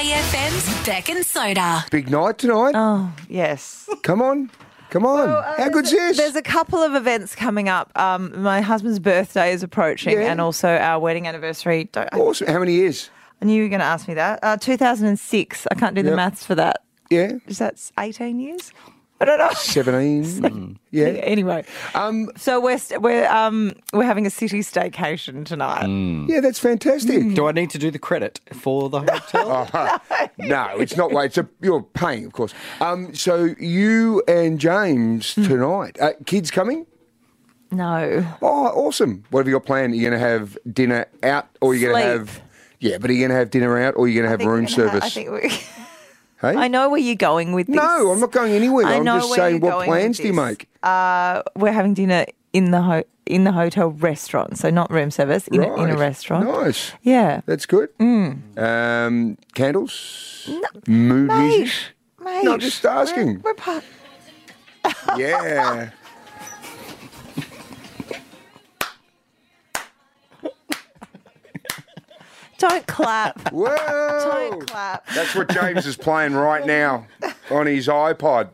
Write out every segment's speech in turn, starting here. SAFM's Beck and Soda. Big night tonight. Oh. Yes. Come on. Come on. How good's uh, There's- this? There's a couple of events coming up. Um, my husband's birthday is approaching, Yeah. and also our wedding anniversary. Don't, I awesome. How many years? I knew you were going to ask me that. Uh, 2006. I can't do the Yep. maths for that. Yeah. Is that 18 years? I don't know. 17. Yeah. Anyway, Um, so we're st- we're um we're having a city staycation tonight. yeah, that's fantastic. Mm. Do I need to do the credit for the hotel? No, it's not. Wait, it's a, you're paying, of course. Um, so you and James Mm. tonight. Uh, kids coming? No, Oh, awesome. What have you got planned? Are you going to have dinner out or are you going to Sleep. have. Yeah, but are you going to have dinner out or are you going to have I think room we're gonna service? ha- I think we. hey? I know where you're going with this. No, I'm not going anywhere. I I'm know just where saying, you're what going with plans do you this. make? Uh, we're having dinner in the ho- in the hotel restaurant, so not room service in, a, in a Right. restaurant. Nice. Yeah, That's good. Um, candles? Mood music? mate, mate. No, just asking. We're, we're pa- Yeah. don't clap. Whoa. don't clap. That's what James is playing right now on his iPod.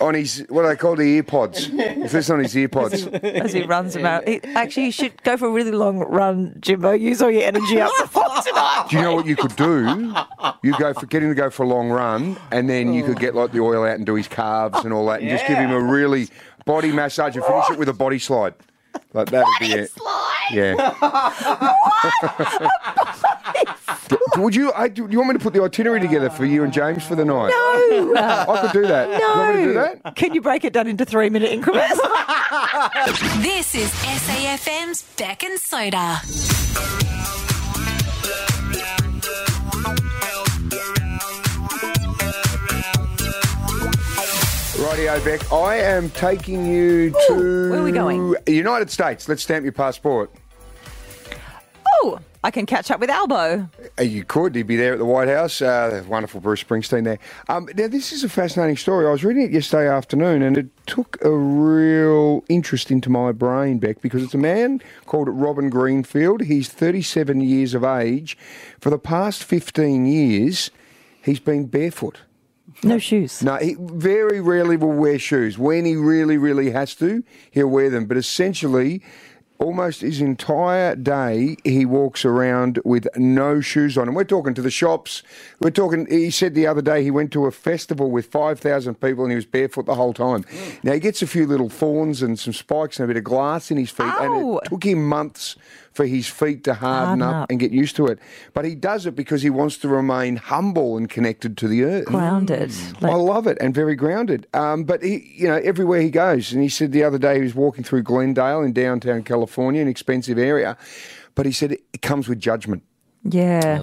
On his, what do they call the earpods? It's this on his earpods. As he runs about, he, actually, you should go for a really long run, Jimbo. Use all your energy up the top tonight. Do you know what you could do? You go for getting to go for a long run, and then you could get like the oil out and do his calves and all that, and just give him a really body massage and finish it with a body slide. Like that would be it. Yeah. D- Would you? I, do you want me to put the itinerary together for you and James for the night? No. I could do that. You want me to do that? Can you break it down into three minute increments? This is SAFM's Beck and Soda. Rightio, Beck. I am taking you to. where are we going? United States. Let's stamp your passport. oh, I can catch up with Albo. Uh, You could. He'd be there at the White House. Uh, wonderful Bruce Springsteen there. Um, now, this is a fascinating story. I was reading it yesterday afternoon and it took a real interest into my brain, Beck, because it's a man called Robin Greenfield. He's 37 years of age. For the past 15 years, he's been barefoot. No shoes. No, he very rarely will wear shoes. When he really, really has to, he'll wear them. But essentially, almost his entire day, he walks around with no shoes on. And we're talking to the shops. We're talking, he said the other day he went to a festival with 5,000 people and he was barefoot the whole time. Now, he gets a few little thorns and some spikes and a bit of glass in his feet. And Ow. it took him months for his feet to harden, Harden up, up. and get used to it. But he does it because he wants to remain humble and connected to the earth. Grounded. Like, I love it and very grounded. Um, but he, you know, everywhere he goes, and he said the other day he was walking through Glendale in downtown California, an expensive area, but he said it comes with judgment. yeah.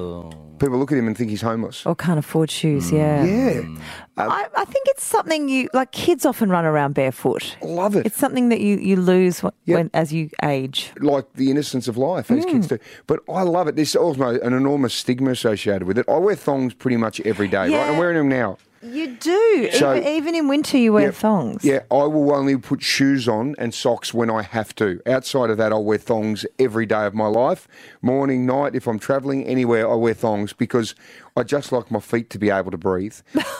People look at him and think he's homeless. Or can't afford shoes. Yeah. Mm. Yeah, I, I think it's something you like. Kids often run around barefoot. love it. It's something that you you lose wh- Yep. when as you age. like the innocence of life as Hmm. kids do. But I love it. There's also an enormous stigma associated with it. I wear thongs pretty much every day, right? I'm Yeah. wearing them now. You do. So- even, even in winter, you wear Yep. thongs. Yeah, I will only put shoes on and socks when I have to. Outside of that, I'll wear thongs every day of my life. Morning, night, if I'm traveling anywhere, I wear thongs because I just like my feet to be able to breathe.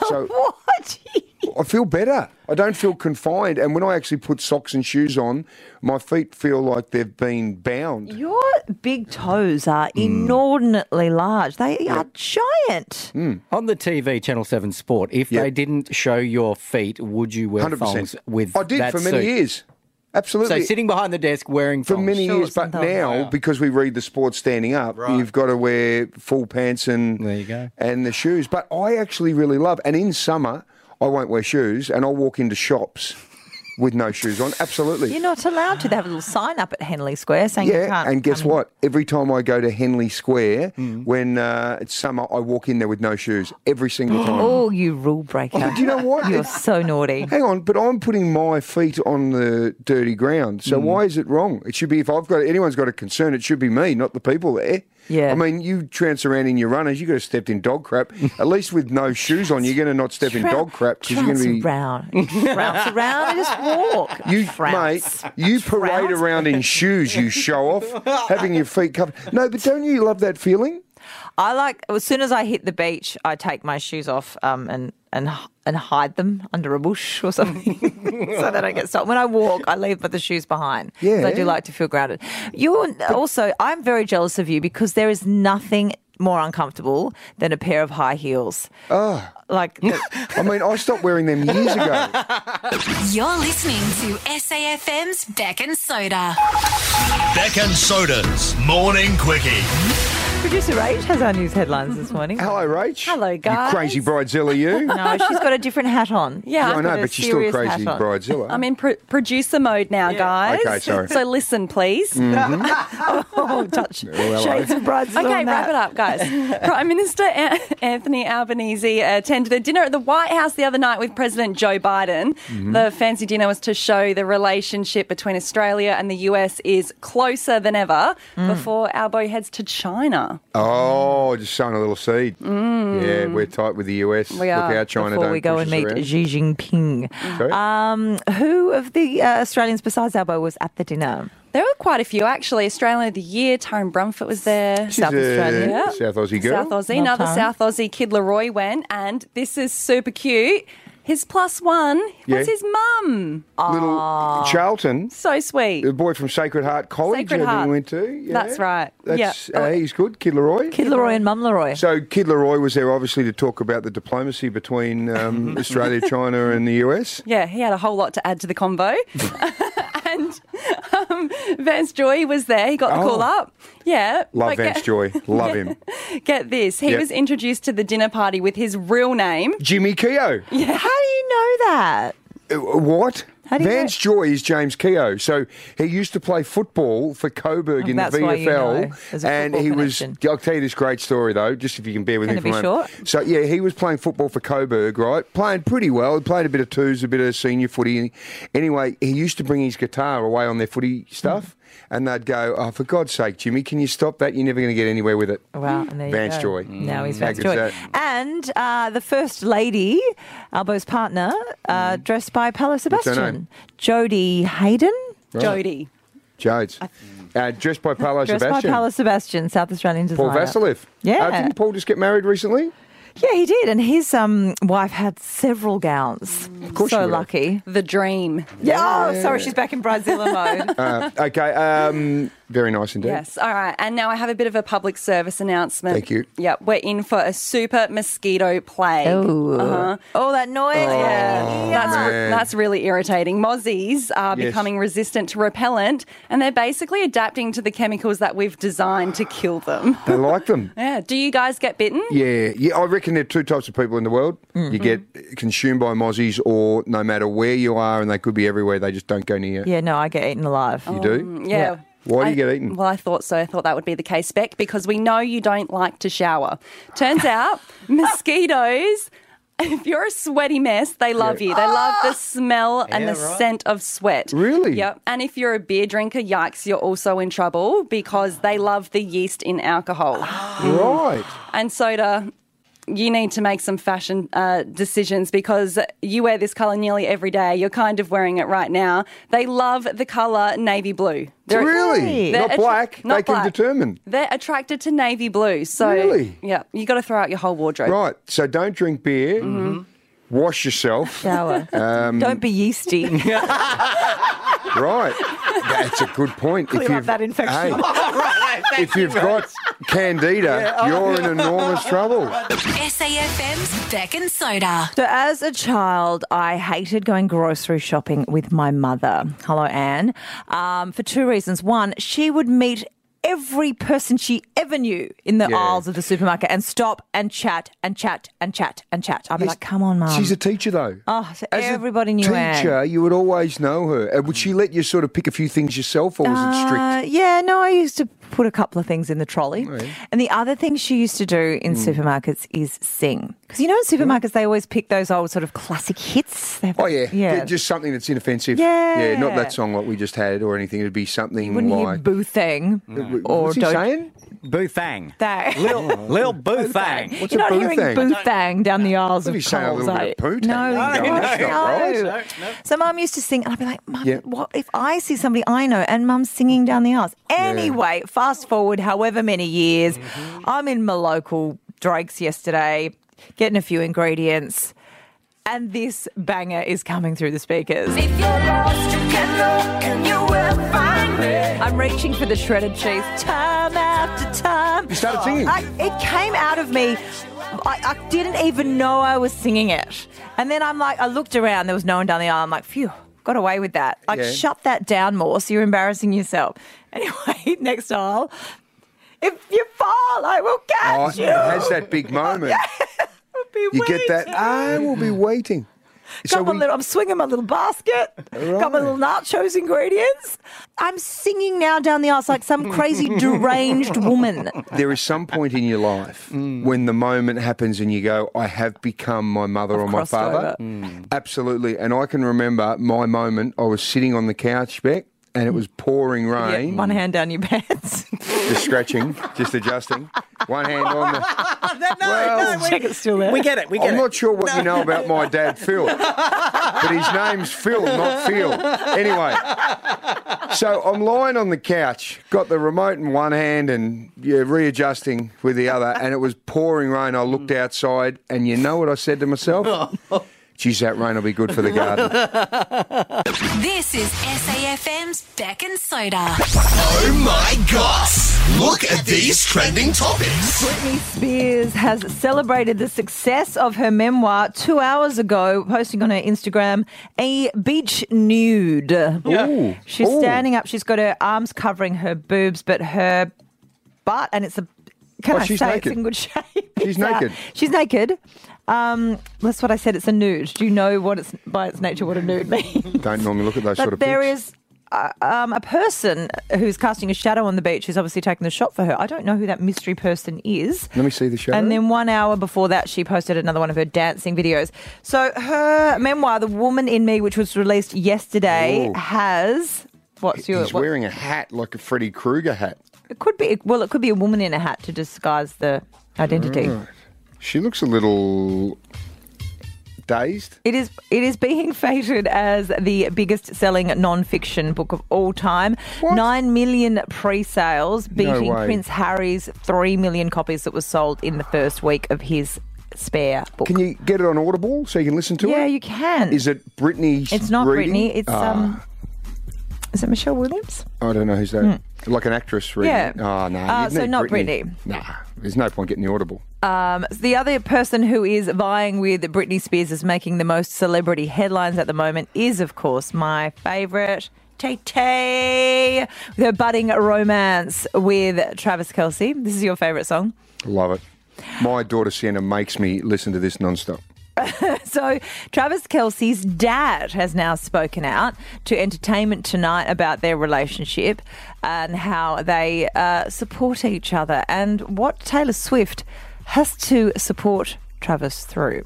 So What? I feel better. I don't feel confined. And when I actually put socks and shoes on, my feet feel like they've been bound. Your big toes are Mm. inordinately large. They are giant. Mm. On the TV, Channel 7 Sport, if Yeah. they didn't show your feet, would you wear 100%. thongs with I did that for many suit? years. Absolutely. So sitting behind the desk wearing for Oh, thongs. many years, Shorts but and thongs. now because we read the sport standing up, you've got to wear full pants and There you go. and the shoes. But I actually really love, and in summer I won't wear shoes, and I'll walk into shops with no shoes on. Absolutely, You're not allowed to. They have a little sign up at Henley Square saying you yeah. can't. And guess come Mm. in. what? Every time I go to Henley Square when uh, it's summer, I walk in there with no shoes every single time. Oh, you rule breaker. Do you know what? You're It's- so naughty. Hang on, but I'm putting my feet on the dirty ground. Mm. So why is it wrong? It should be if I've got anyone's got a concern, it should be me, not the people there. Yeah. I mean, you trance around in your runners, you could have stepped in dog crap. At least with no shoes on, you're going to not step in Trou- dog crap because you're going to be. Trounce around. Trounce around and just walk. You, Trounce. mate, you parade Trounce. around in shoes, you show off, having your feet covered. No, but don't you love that feeling? I like as soon as I hit the beach, I take my shoes off um, and and and hide them under a bush or something, so they don't get stopped. When I walk, I leave but the shoes behind. 'cause I do Yeah. like to feel grounded. You also, I'm very jealous of you because there is nothing more uncomfortable than a pair of high heels. Oh, Ah. like the- I mean, I stopped wearing them years ago. You're listening to SAFM's Beck and Soda. Beck and Soda's Morning Quickie. producer Rach has our news headlines this morning. Hello, Rach. Hello, You guys. crazy bridezilla, you. No, she's got a different hat on. Yeah. She's I know, got a but she's still serious crazy hat on. bridezilla. I'm in pro- producer mode now, guys. Okay, sorry. So listen, please. Oh, touch hello. shades of bridezilla. Okay, and wrap that. it up, guys. Prime Minister An- Anthony Albanese attended a dinner at the White House the other night with President Joe Biden. The fancy dinner was to show the relationship between Australia and the US is closer than ever before Albo heads to China. oh, just sowing a little seed. Yeah, we're tight with the US. Mm. We Look are. out, China. Before don't we go push and us meet around. Xi Jinping. Okay. Ah, Um, who of the uh, Australians besides Albo was at the dinner? There were quite a few, actually. Australian of the Year, Tyrone Brumford was there. She's South a Australia. Yeah. South Aussie girl. South Aussie, Not another Tara. South Aussie kid, Leroy went, and this is super cute. His plus one was Yeah. his mum. Little Charlton. So sweet. The boy from Sacred Heart College Ah. Sacred I think he Heart. went to. Yeah. That's right. That's, Yeah. Oh. uh, he's good. Kid Leroy. Kid Leroy and Mum Leroy. So Kid Leroy was there obviously to talk about the diplomacy between um, Australia, China, and the US. Yeah, he had a whole lot to add to the convo. and um, Vance Joy was there. He got the Oh. call up. Yeah. Love but Vance get, Joy. Love him. Get this. He Yep. was introduced to the dinner party with his real name. Jimmy Keogh. How do you know that? Uh, What? How do you Vance Joy is James Keogh. So he used to play football for Coburg in the Oh, That's why you know. VFL. There's a and football he was, connection. I'll tell you this great story though, just if you can bear with Can me it for a be moment. short? So, yeah, he was playing football for Coburg, right? Playing pretty well. He played a bit of twos, a bit of senior footy. Anyway, he used to bring his guitar away on their footy stuff. And they'd go, oh, for God's sake, Jimmy, can you stop that? You're never going to get anywhere with it. Wow, and there you Vance go. Joy. Mm, Now he's How Vance good's Joy. that? And uh, the first lady, Albo's partner, uh, dressed by Mm. Paolo her Sebastian, name? Jodie Hayden. Jody. Jodes. Uh, dressed by Paolo Dressed Sebastian. by Paolo Sebastian, South Australian Paul designer. Vasilev. Yeah. Uh, didn't Paul just get married recently? Yeah, he did, and his um, wife had several gowns. Of course she so would have. lucky. The dream. Yeah. Oh, sorry, she's back in Brazilian mode. Uh, okay. Um, very nice indeed. Yes. All right. And now I have a bit of a public service announcement. Thank you. Yep. We're in for a super mosquito plague. Ooh. Uh-huh. All that noise. yeah. That's, Oh, man. that's really irritating. Mozzies are Yes. becoming resistant to repellent and they're basically adapting to the chemicals that we've designed to kill them. I like them. Yeah. Do you guys get bitten? Yeah, yeah. I reckon there are two types of people in the world. Mm-hmm. You get consumed by mozzies, or no matter where you are, and they could be everywhere. They just don't go near you. Yeah, no, I get eaten alive. You do? Yeah. Yeah. Why do I- you get eaten? Well, I thought so. I thought that would be the case, Beck, because we know you don't like to shower. Turns out, mosquitoes. If you're a sweaty mess, they love you. They love the smell and Yeah, the right. scent of sweat. Really? Yep. And if you're a beer drinker, yikes, you're also in trouble because they love the yeast in alcohol Ah. Right. and soda. You need to make some fashion uh, decisions because you wear this color nearly every day. You're kind of wearing it right now. They love the color navy blue. They're- really? they're Not attra- black. not they can black. determine. They're attracted to navy blue. So Really? yeah, you got to throw out your whole wardrobe. Right. So don't drink beer. Mm-hmm. Wash yourself. Shower. Um, Don't be yeasty. right. That's a good point. Clear up you've- that infection. Hey, if you've got candida, you're in enormous trouble. SAFM's Beck and Soda. So, as a child, I hated going grocery shopping with my mother. Hello, Anne. Um, for two reasons. One, she would meet every person she ever knew in the Yeah. aisles of the supermarket and stop and chat and chat and chat and chat. I'd be like, come on, Um, mum. She's a teacher, though. Oh, so As a everybody knew Anne. Teacher, you would always know her. Uh, Would she let you sort of pick a few things yourself, or was it Uh, strict? yeah, no, I used to put a couple of things in the trolley. Oh, And the other thing she used to do Hmm. in supermarkets is sing. Because you know, in supermarkets, they always pick those old sort of classic hits. They have- Oh yeah. Yeah. just something that's inoffensive. Yeah. not that song what we just had or anything. It'd be something wouldn't hear like. boo thing or What's he don't saying? Boo Thang. Thang. Lil, Lil Boo Thang. What's You're a not boo hearing thang? boo thang down the aisles What of are you saying? A Coles, little are bit of you? poo tang? No, No, gosh, that's not right. no. So mum used to sing, and I'd be like, "Mum, Yep. what if I see somebody I know and mum's singing down the aisles?" Anyway, fast forward however many years, Mm-hmm. I'm in my local Drake's yesterday, getting a few ingredients, and this banger is coming through the speakers. If you're lost, you can look and you will find me. I'm reaching for the shredded cheese time after time. You started singing. I, it came out of me. I, I didn't even know I was singing it. And then I'm like, I looked around, there was no one down the aisle. I'm like, phew, got away with that. Like, Yeah. shut that down more so you're embarrassing yourself. Anyway, next aisle. If you fall, I will Oh, catch it you. has that big moment. Be You get that? waiting. I will be waiting. Got So my we- little, I'm swinging my little basket. Got my Right. little nachos ingredients. I'm singing now down the aisle like some crazy deranged woman. there is some point in your life Mm. when the moment happens and you go, I have become my mother I've or my crossed Mm. father. Absolutely. And I can remember my moment. I was sitting on the couch, Beck, and it was pouring Mm. Yeah, rain. one hand down your pants. just scratching, just adjusting. One hand on the. Well, Check it's still there. We get it. We get I'm it. not sure what you know about my dad, Phil, but his name's Phil, not Phil. Anyway, so I'm lying on the couch, got the remote in one hand and yeah, readjusting with the other, and it was pouring rain. I looked outside, and you know what I said to myself? Geez, that rain will be good for the garden. This is SAFM's Beck and Soda. Oh my gosh! Look at these trending topics. Britney Spears has celebrated the success of her memoir two hours ago, posting on her Instagram a beach nude. Ooh. She's Ooh. standing up. She's got her arms covering her boobs, but her butt, and it's a. Can Oh, I she's say it's naked. in good shape? She's It's out. naked. She's naked. Um, that's what I said. It's a nude. Do you know what it's by its nature what a nude means? Don't normally look at those sort But of there pics. is uh, um, a person who's casting a shadow on the beach who's obviously taking the shot for her. I don't know who that mystery person is. Let me see the shadow. And then one hour before that, she posted another one of her dancing videos. So her memoir, The Woman in Me, which was released yesterday, Ooh. has. What's your. He's what- wearing a hat like a Freddy Krueger hat. it could be. Well, it could be a woman in a hat to disguise the identity. Mm. She looks a little dazed. It is it is being fated as the biggest selling non-fiction book of all time. What? 9 million pre-sales beating way. Prince Harry's 3 million copies that were sold in the first week of his spare book. Can you get it on Audible so you can listen to it? yeah, you can. Is it Brittany? It's not reading? Brittany, it's Ah, um Is it Michelle Williams? I don't know who's that. Like an actress reading. Hmm. Yeah. Oh no. Uh, you'd so need not Brittany. Britney. Nah. There's no point getting the Audible. Um, The other person who is vying with Britney Spears is making the most celebrity headlines at the moment is, of course, my favourite. Tay Tay with her budding romance with Travis Kelsey. This is your favourite song. Love it. My daughter Sienna makes me listen to this nonstop. So, Travis Kelsey's dad has now spoken out to Entertainment Tonight about their relationship and how they uh, support each other and what Taylor Swift has to support Travis through.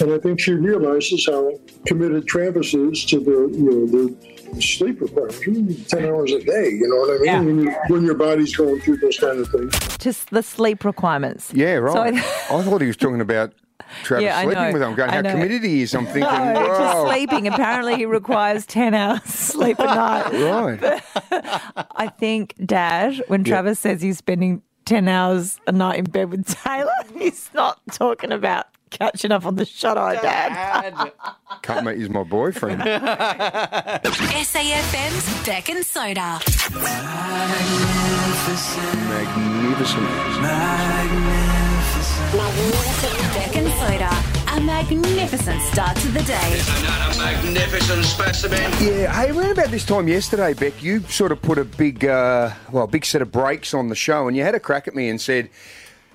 And I think she realizes how committed Travis is to the you know the sleep requirement, ten hours a day. You know what I mean? Yeah. When, you, when your body's going through those kind of things. Just the sleep requirements. Yeah, right. So- I thought he was talking about Travis Yeah, I sleeping know. with him. I'm going, I how know. committed he is. I'm thinking, No, just wow. sleeping. Apparently, he requires 10 hours sleep a night. Right. I think, Dad, when Travis says he's spending 10 hours a night in bed with Taylor, he's not talking about catching up on the shut eye, Dad. Can't mate is my boyfriend. SAFM's Beck and Soda. Magnificent. Beck and Soda. A magnificent start to the day. Yeah, hey, around about this time yesterday, Beck, you sort of put a big, uh, well, a big set of brakes on the show, and you had a crack at me and said,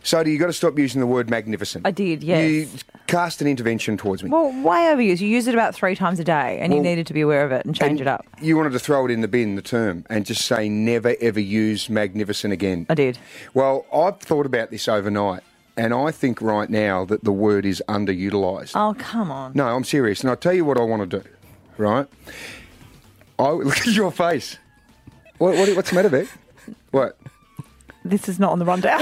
"Soda, you got to stop using the word magnificent." I did, yes. You cast an intervention towards me. Well, way overused. You use it about three times a day, and you Well, needed to be aware of it and change And it up. You wanted to throw it in the bin, the term, and just say never ever use magnificent again. I did. Well, I've thought about this overnight, and I think right now that the word is underutilised. Oh, come on. No, I'm serious, and I'll tell you what I want to do. Right? I look at your face. What, what, what's the matter, Beck? What? This is not on the rundown.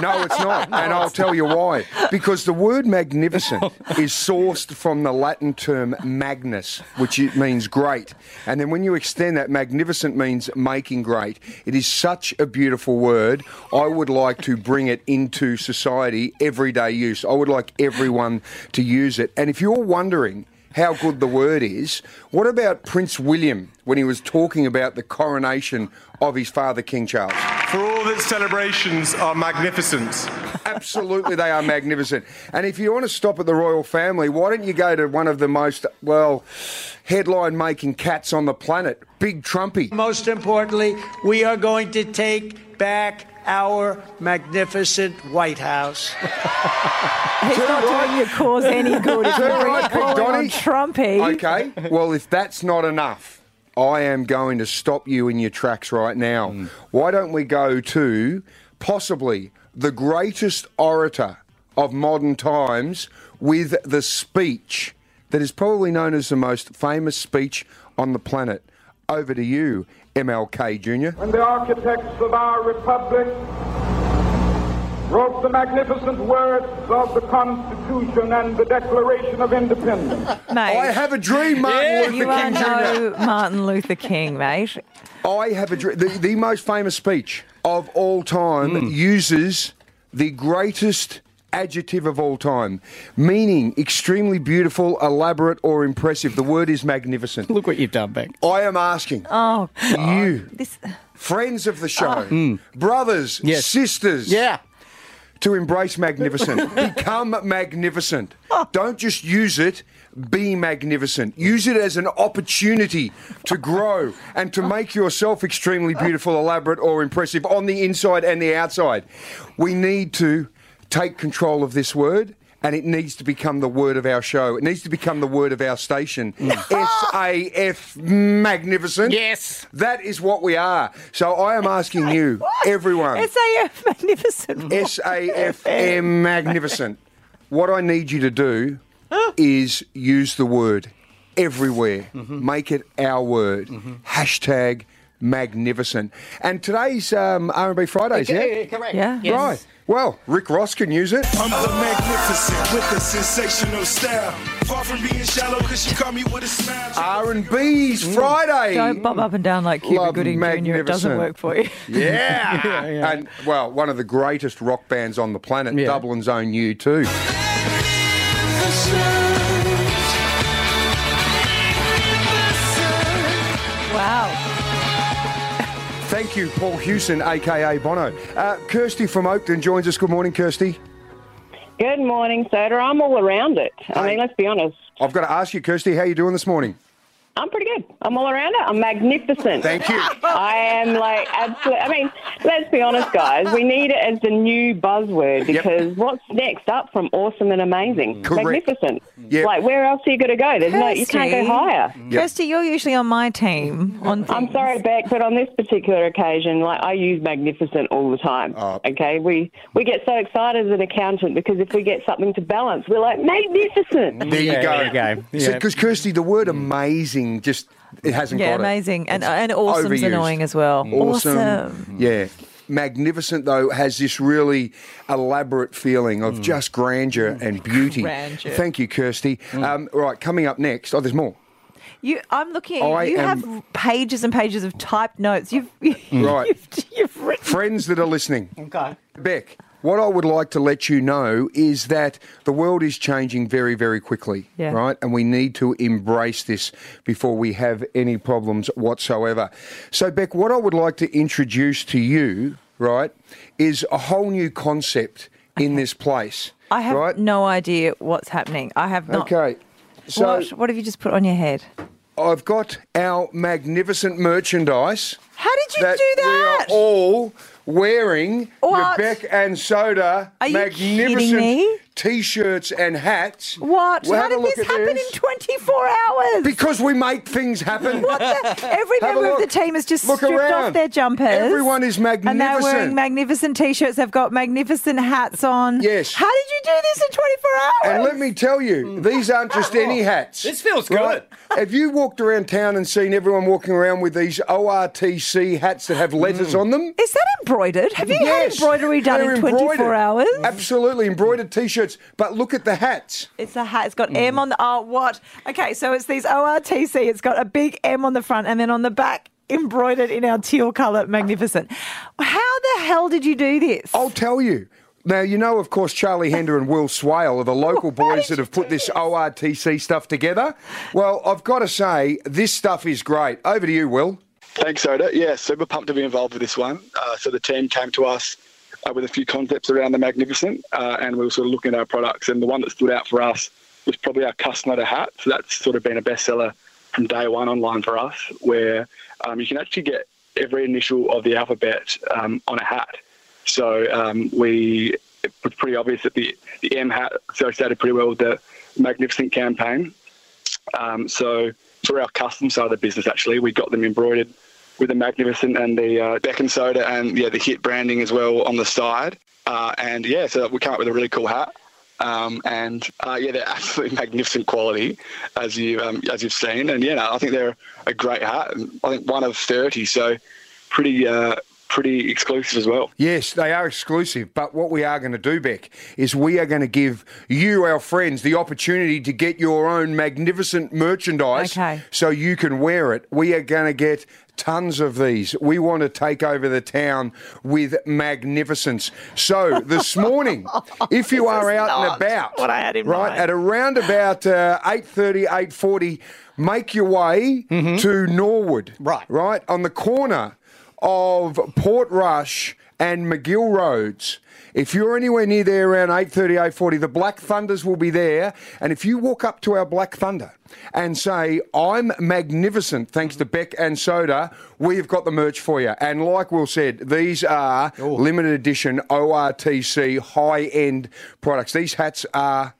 No, it's not. and I'll tell you why. Because the word magnificent is sourced from the Latin term magnus, which it means great. And then when you extend that, magnificent means making great. It is such a beautiful word. I would like to bring it into society, everyday use. I would like everyone to use it. And if you're wondering, how good the word is. What about Prince William when he was talking about the coronation of his father, King Charles? For all that celebrations are magnificent, Absolutely, they are magnificent. And if you want to stop at the royal family, why don't you go to one of the most, well, headline making cats on the planet, Big Trumpy? Most importantly, we are going to take back our magnificent White House. He's not doing your cause any good. If Is that you're right, Big calling on Donny? Trumpy. Okay, well, if that's not enough, I am going to stop you in your tracks right now. Why don't we go to possibly the greatest orator of modern times with the speech that is probably known as the most famous speech on the planet? Over to you, MLK Jr. when the architects of our republic wrote the magnificent words of the Constitution and the Declaration of Independence. Mate. I have a dream, Martin you Luther are King Jr. no Martin Luther King, mate. I have a dream. The, the most famous speech of all time Hmm. uses the greatest adjective of all time, meaning extremely beautiful, elaborate, or impressive. The word is magnificent. Look what you've done, Beck. I am asking Oh, you, this. friends of the show, brothers, Hmm. Yes. sisters, Yeah. to embrace magnificent. Become magnificent. Don't just use it, be magnificent. Use it as an opportunity to grow and to make yourself extremely beautiful, elaborate, or impressive on the inside and the outside. We need to take control of this word. And it needs to become the word of our show. It needs to become the word of our station. S A F magnificent. Yes. That is what we are. So I am asking you, everyone. SAF magnificent. S A F M magnificent. What I need you to do is use the word everywhere. Make it our word. Hashtag magnificent. And today's um, R&B Fridays, yeah? correct. Yeah. Yes. Right. Well, Rick Ross can use it. I'm the magnificent with a sensational style. Far from being shallow, because she caught me with a smile. R&B's Friday. Don't bob up and down like Cuba Love Gooding Jr. It doesn't magnificent. work for you. Yeah. And well, one of the greatest rock bands on the planet, Yeah. Dublin's own U2. Wow. Thank you, Paul Hewson, aka Bono. Uh, Kirsty from Oakden joins us. Good morning, Kirsty. Good morning, Soda. I'm all around it. I Hey. mean, let's be honest. I've got to ask you, Kirsty, how you doing this morning? I'm pretty good. I'm all around it. I'm magnificent. Thank you. I am like absolutely. I mean, let's be honest, guys. We need it as the new buzzword because what's next up from awesome and amazing? Mm. Correct. Magnificent. Yep. Like, where else are you going to go? There's no, you can't go Kirsty. higher. Kirsty, you're usually on my team. On I'm things. sorry, Beck, but on this particular occasion, like I use magnificent all the time. Oh. Okay, we we get so excited as an accountant because if we get something to balance, we're like magnificent. There you Yeah, go. there you go. Yeah. Because Kirsty, the word "amazing" just it hasn't Yeah, got amazing. it. And, It's and awesome's overused. annoying as well. Awesome. Mm. Yeah. Magnificent though has this really elaborate feeling of just grandeur and beauty. Grandeur. Thank you, Kirsty. Um, right, coming up next. Oh, there's more. You, I'm looking at I you. You am- have pages and pages of typed notes. You've, Right. you've, you've written. Friends that are listening. Okay. Beck, what I would like to let you know is that the world is changing very, very quickly, Yeah. right? And we need to embrace this before we have any problems whatsoever. So, Beck, what I would like to introduce to you, right, is a whole new concept in this place. I have right? no idea what's happening. I have not. Okay. So what, what have you just put on your head? I've got our magnificent merchandise. How did you that do that? We are all wearing What? Rebecca and Soda Are you magnificent kidding me? T-shirts and hats. What? We'll How have a did look this at happen in 24 hours? Because we make things happen. What the? Every Have a member of the look. team has just Look stripped off around. their jumpers. Everyone is And they're magnificent. wearing magnificent t-shirts. They've got magnificent hats on. Yes. How did you do this in 24 hours? And let me tell Mm. you, these aren't just any hats. This feels good. Have you walked around town and seen everyone walking around with these ORTC hats that have letters Mm. on them? Is that embroidered? Have you had Yes, embroidery done they're in 24 embroidered. hours? Absolutely, embroidered T-shirts. But look at the hats. It's a hat. It's got Mm. M on the. Oh, what? Okay, so it's these ORTC. It's got a big M on the front and then on the back, embroidered in our teal colour. Magnificent. How the hell did you do this? I'll tell you. Now, you know, of course, Charlie Hender and Will Swale are the local boys that have put this ORTC stuff together. Well, I've got to say, this stuff is great. Over to you, Will. Thanks, Oda. Yeah, super pumped to be involved with this one. Uh, so the team came to us uh, with a few concepts around the Magnificent, uh, and we were sort of looking at our products. And the one that stood out for us was probably our Customer hat. So that's sort of been a bestseller from day one online for us, where um, you can actually get every initial of the alphabet um, on a hat. So um, we it was pretty obvious that the, the M hat associated pretty well with the Magnificent campaign. Um, so for our custom side of the business, actually, we got them embroidered with the Magnificent and the uh, Beck and Soda and yeah, the Hit branding as well on the side. Uh, and yeah, so we came up with a really cool hat. Um, and uh, yeah, they're absolutely magnificent quality, as you um, as you've seen. And yeah, no, I think they're a great hat. And I think one of thirty, so pretty uh, pretty exclusive as well. Yes, they are exclusive. But what we are going to do, Beck, is we are going to give you, our friends, the opportunity to get your own magnificent merchandise Okay. so you can wear it. We are going to get tons of these. We want to take over the town with magnificence. So this morning, if you are out and about, right at around about uh, 8.30, 8.40, make your way to Norwood. Right. Right, on the corner of Port Rush and McGill Roads. If you're anywhere near there around 8.30, 8.40, the Black Thunders will be there. And if you walk up to our Black Thunder and say, I'm magnificent, thanks to Beck and Soda, we've got the merch for you. And like Will said, these are limited edition ORTC high-end products. These hats are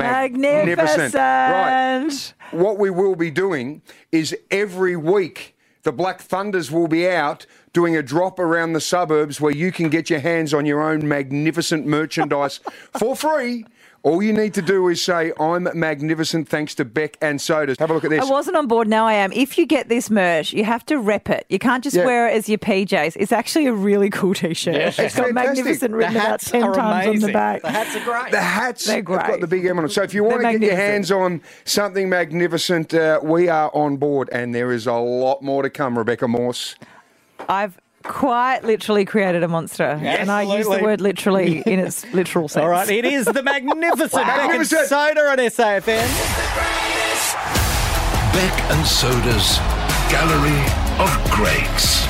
magnificent. Right. What we will be doing is every week the Black Thunders will be out doing a drop around the suburbs where you can get your hands on your own magnificent merchandise for free. All you need to do is say, I'm magnificent thanks to Beck and Sodas. Have a look at this. I wasn't on board. Now I am. If you get this merch, you have to rep it. You can't just Yeah. wear it as your PJs. It's actually a really cool T-shirt. Yeah. It's got Fantastic. magnificent The written about hats ten are times on the amazing. back. The hats are great. The hats They're have got great. the big M on them. So if you want They're to get your magnificent. hands on something magnificent, uh, we are on board, and there is a lot more to come. Rebecca Morse. I've quite literally created a monster, and I use the Absolutely. word literally in its literal sense. All right, it is the magnificent Wow. Beck and Magnificent. Soda on SAFM. Beck and Soda's Gallery of Greats.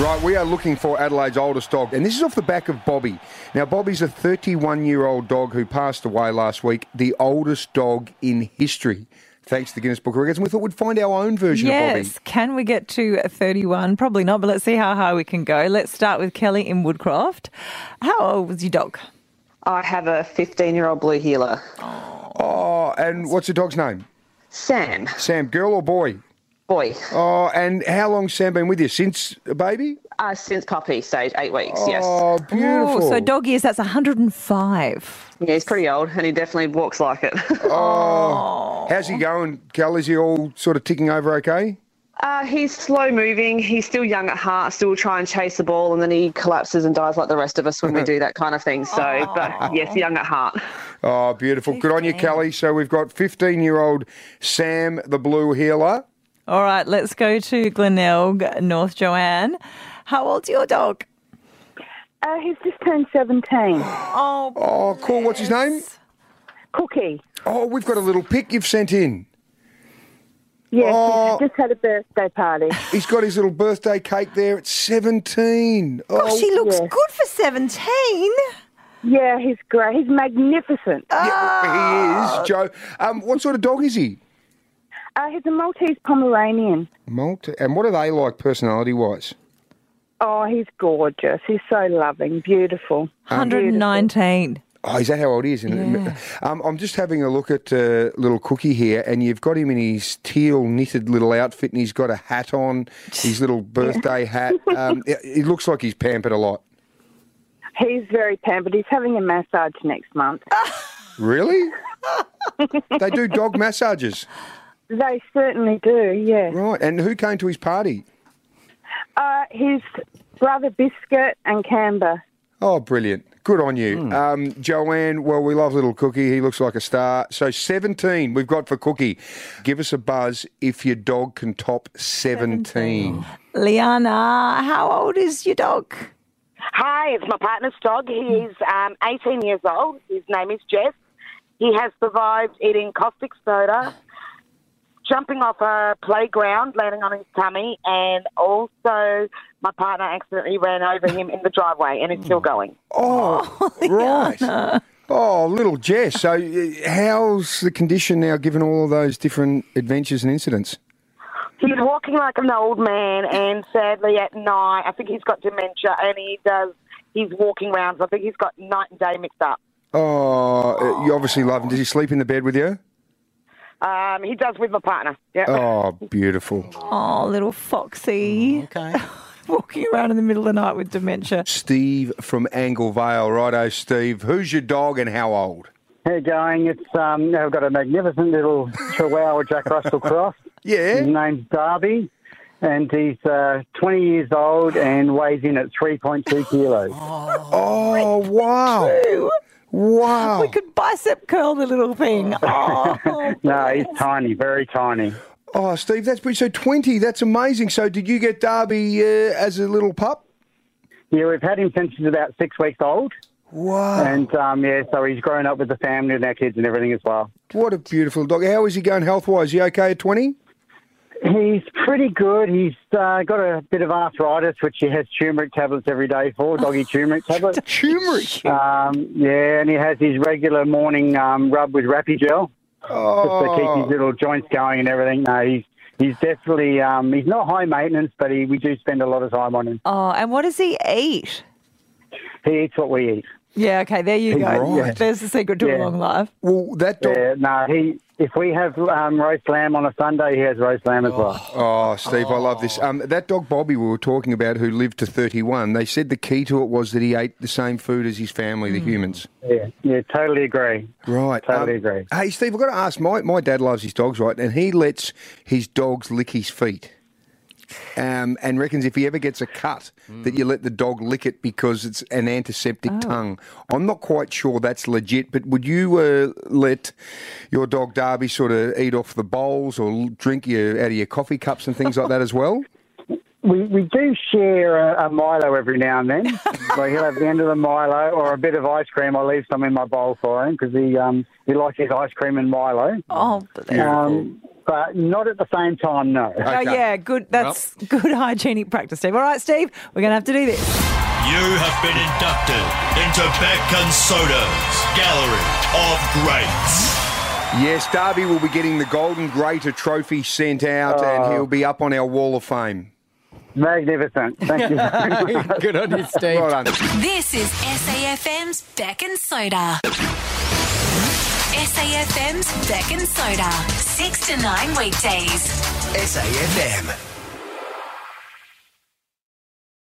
Right, we are looking for Adelaide's oldest dog, and this is off the back of Bobby. Now, Bobby's a 31 year old dog who passed away last week, the oldest dog in history, thanks to the Guinness Book of Records. And we thought we'd find our own version of Yes, Bobby. can we get to 31? Probably not, but let's see how high we can go. Let's start with Kelly in Woodcroft. How old was your dog? I have a 15 year old blue healer. Oh, and what's the dog's name? Sam. Sam, girl or boy? Boy. Oh, and how long's Sam been with you? Since a baby? Uh, since puppy stage, eight weeks, yes. Oh, beautiful. Ooh, so dog years, that's 105. Yeah, he's pretty old and he definitely walks like it. Oh, how's he going, Cal? Is he all sort of ticking over okay? Uh, he's slow moving. He's still young at heart. Still try and chase the ball, and then he collapses and dies like the rest of us when we do that kind of thing. So, but yes, young at heart. Oh, beautiful. Good on you, Kelly. So we've got 15 year old Sam, the blue healer. All right, let's go to Glenelg, North Joanne. How old's your dog? Uh, he's just turned 17. Oh, Oh, cool. What's his name? Cookie. Oh, we've got a little pic you've sent in. Yes, he's just had a birthday party. He's got his little birthday cake there at 17. Gosh, oh, he looks yeah. good for 17. Yeah, he's great. He's magnificent. he is, Joe. Um, what sort of dog is he? Uh, he's a Maltese Pomeranian. Malta. And what are they like personality wise? Oh, he's gorgeous. He's so loving, beautiful. 119. Oh, is that how old he is? Um, I'm just having a look at uh, little Cookie here, and you've got him in his teal knitted little outfit, and he's got a hat on, his little birthday hat. Um, it, it looks like he's pampered a lot. He's very pampered. He's having a massage next month. Really? they do dog massages. they certainly do, yeah. Right, and who came to his party? Uh, his brother Biscuit and Camber. Oh, brilliant. Good on you. Um, Joanne, well, we love little Cookie. He looks like a star. So 17 we've got for Cookie. Give us a buzz if your dog can top 17. Liana, how old is your dog? Hi, it's my partner's dog. He is um, 18 years old. His name is Jess. He has survived eating caustic soda, jumping off a playground, landing on his tummy, and also my partner accidentally ran over him in the driveway and is still going. Oh, right. Oh, little Jess. So, uh, how's the condition now given all of those different adventures and incidents? He's walking like an old man, and sadly at night, I think he's got dementia, and he does. He's walking rounds. I think he's got night and day mixed up. Oh, uh, you obviously love him. Does he sleep in the bed with you? Um, he does with my partner. Yeah. Oh, beautiful. Oh, little Foxy. okay. Walking around in the middle of the night with dementia. Steve from Angle Vale. Righto, Steve. Who's your dog and how old? How you going? It's um, I've got a magnificent little Chihuahua Jack Russell Cross. yeah, his name's Darby, and he's uh, 20 years old and weighs in at 3.2 kilos. Oh, wow. Wow. We could bicep curl the little thing. Oh, no, he's tiny, very tiny. Oh, Steve, that's been so 20. That's amazing. So, did you get Darby uh, as a little pup? Yeah, we've had him since he's about six weeks old. Wow. And um, yeah, so he's grown up with the family and our kids and everything as well. What a beautiful dog. How is he going health wise? You okay at 20? He's pretty good. He's uh, got a bit of arthritis, which he has turmeric tablets every day for, doggy turmeric tablets. turmeric? Um, yeah, and he has his regular morning um, rub with Rappy Gel just to Oh, keep his little joints going and everything. No, he's, he's definitely, um, he's not high maintenance, but he, we do spend a lot of time on him. Oh, and what does he eat? He eats what we eat. Yeah, okay, there you go. Right. There's the secret to a Yeah. long life. Well, that dog. Yeah, no, he. If we have um, roast lamb on a Sunday, he has roast lamb as well. Oh, Steve, I love this. Um, that dog Bobby we were talking about, who lived to 31, they said the key to it was that he ate the same food as his family, the humans. Yeah, yeah, totally agree. Right. Hmm. Totally um, agree. Hey, Steve, I've got to ask. My, my dad loves his dogs, right? And he lets his dogs lick his feet. Um, and reckons if he ever gets a cut, that you let the dog lick it because it's an antiseptic tongue. I'm not quite sure that's legit, but would you uh, let your dog Darby sort of eat off the bowls or l- drink your out of your coffee cups and things like that as well? We, we do share a, a Milo every now and then. so he'll have the end of the Milo or a bit of ice cream. I leave some in my bowl for him because he um, he likes his ice cream and Milo. Oh, um, but not at the same time, no. Oh, yeah, good. That's good hygienic practice, Steve. All right, Steve, we're going to have to do this. You have been inducted into Beck and Soda's Gallery of Greats. Yes, Darby will be getting the Golden Grater trophy sent out, and he'll be up on our Wall of Fame. Magnificent. Thank you very much. Good on you, Steve. Well done. This is SAFM's Beck and Soda. SAFM's Beck and Soda. Six to nine weekdays. SAFM.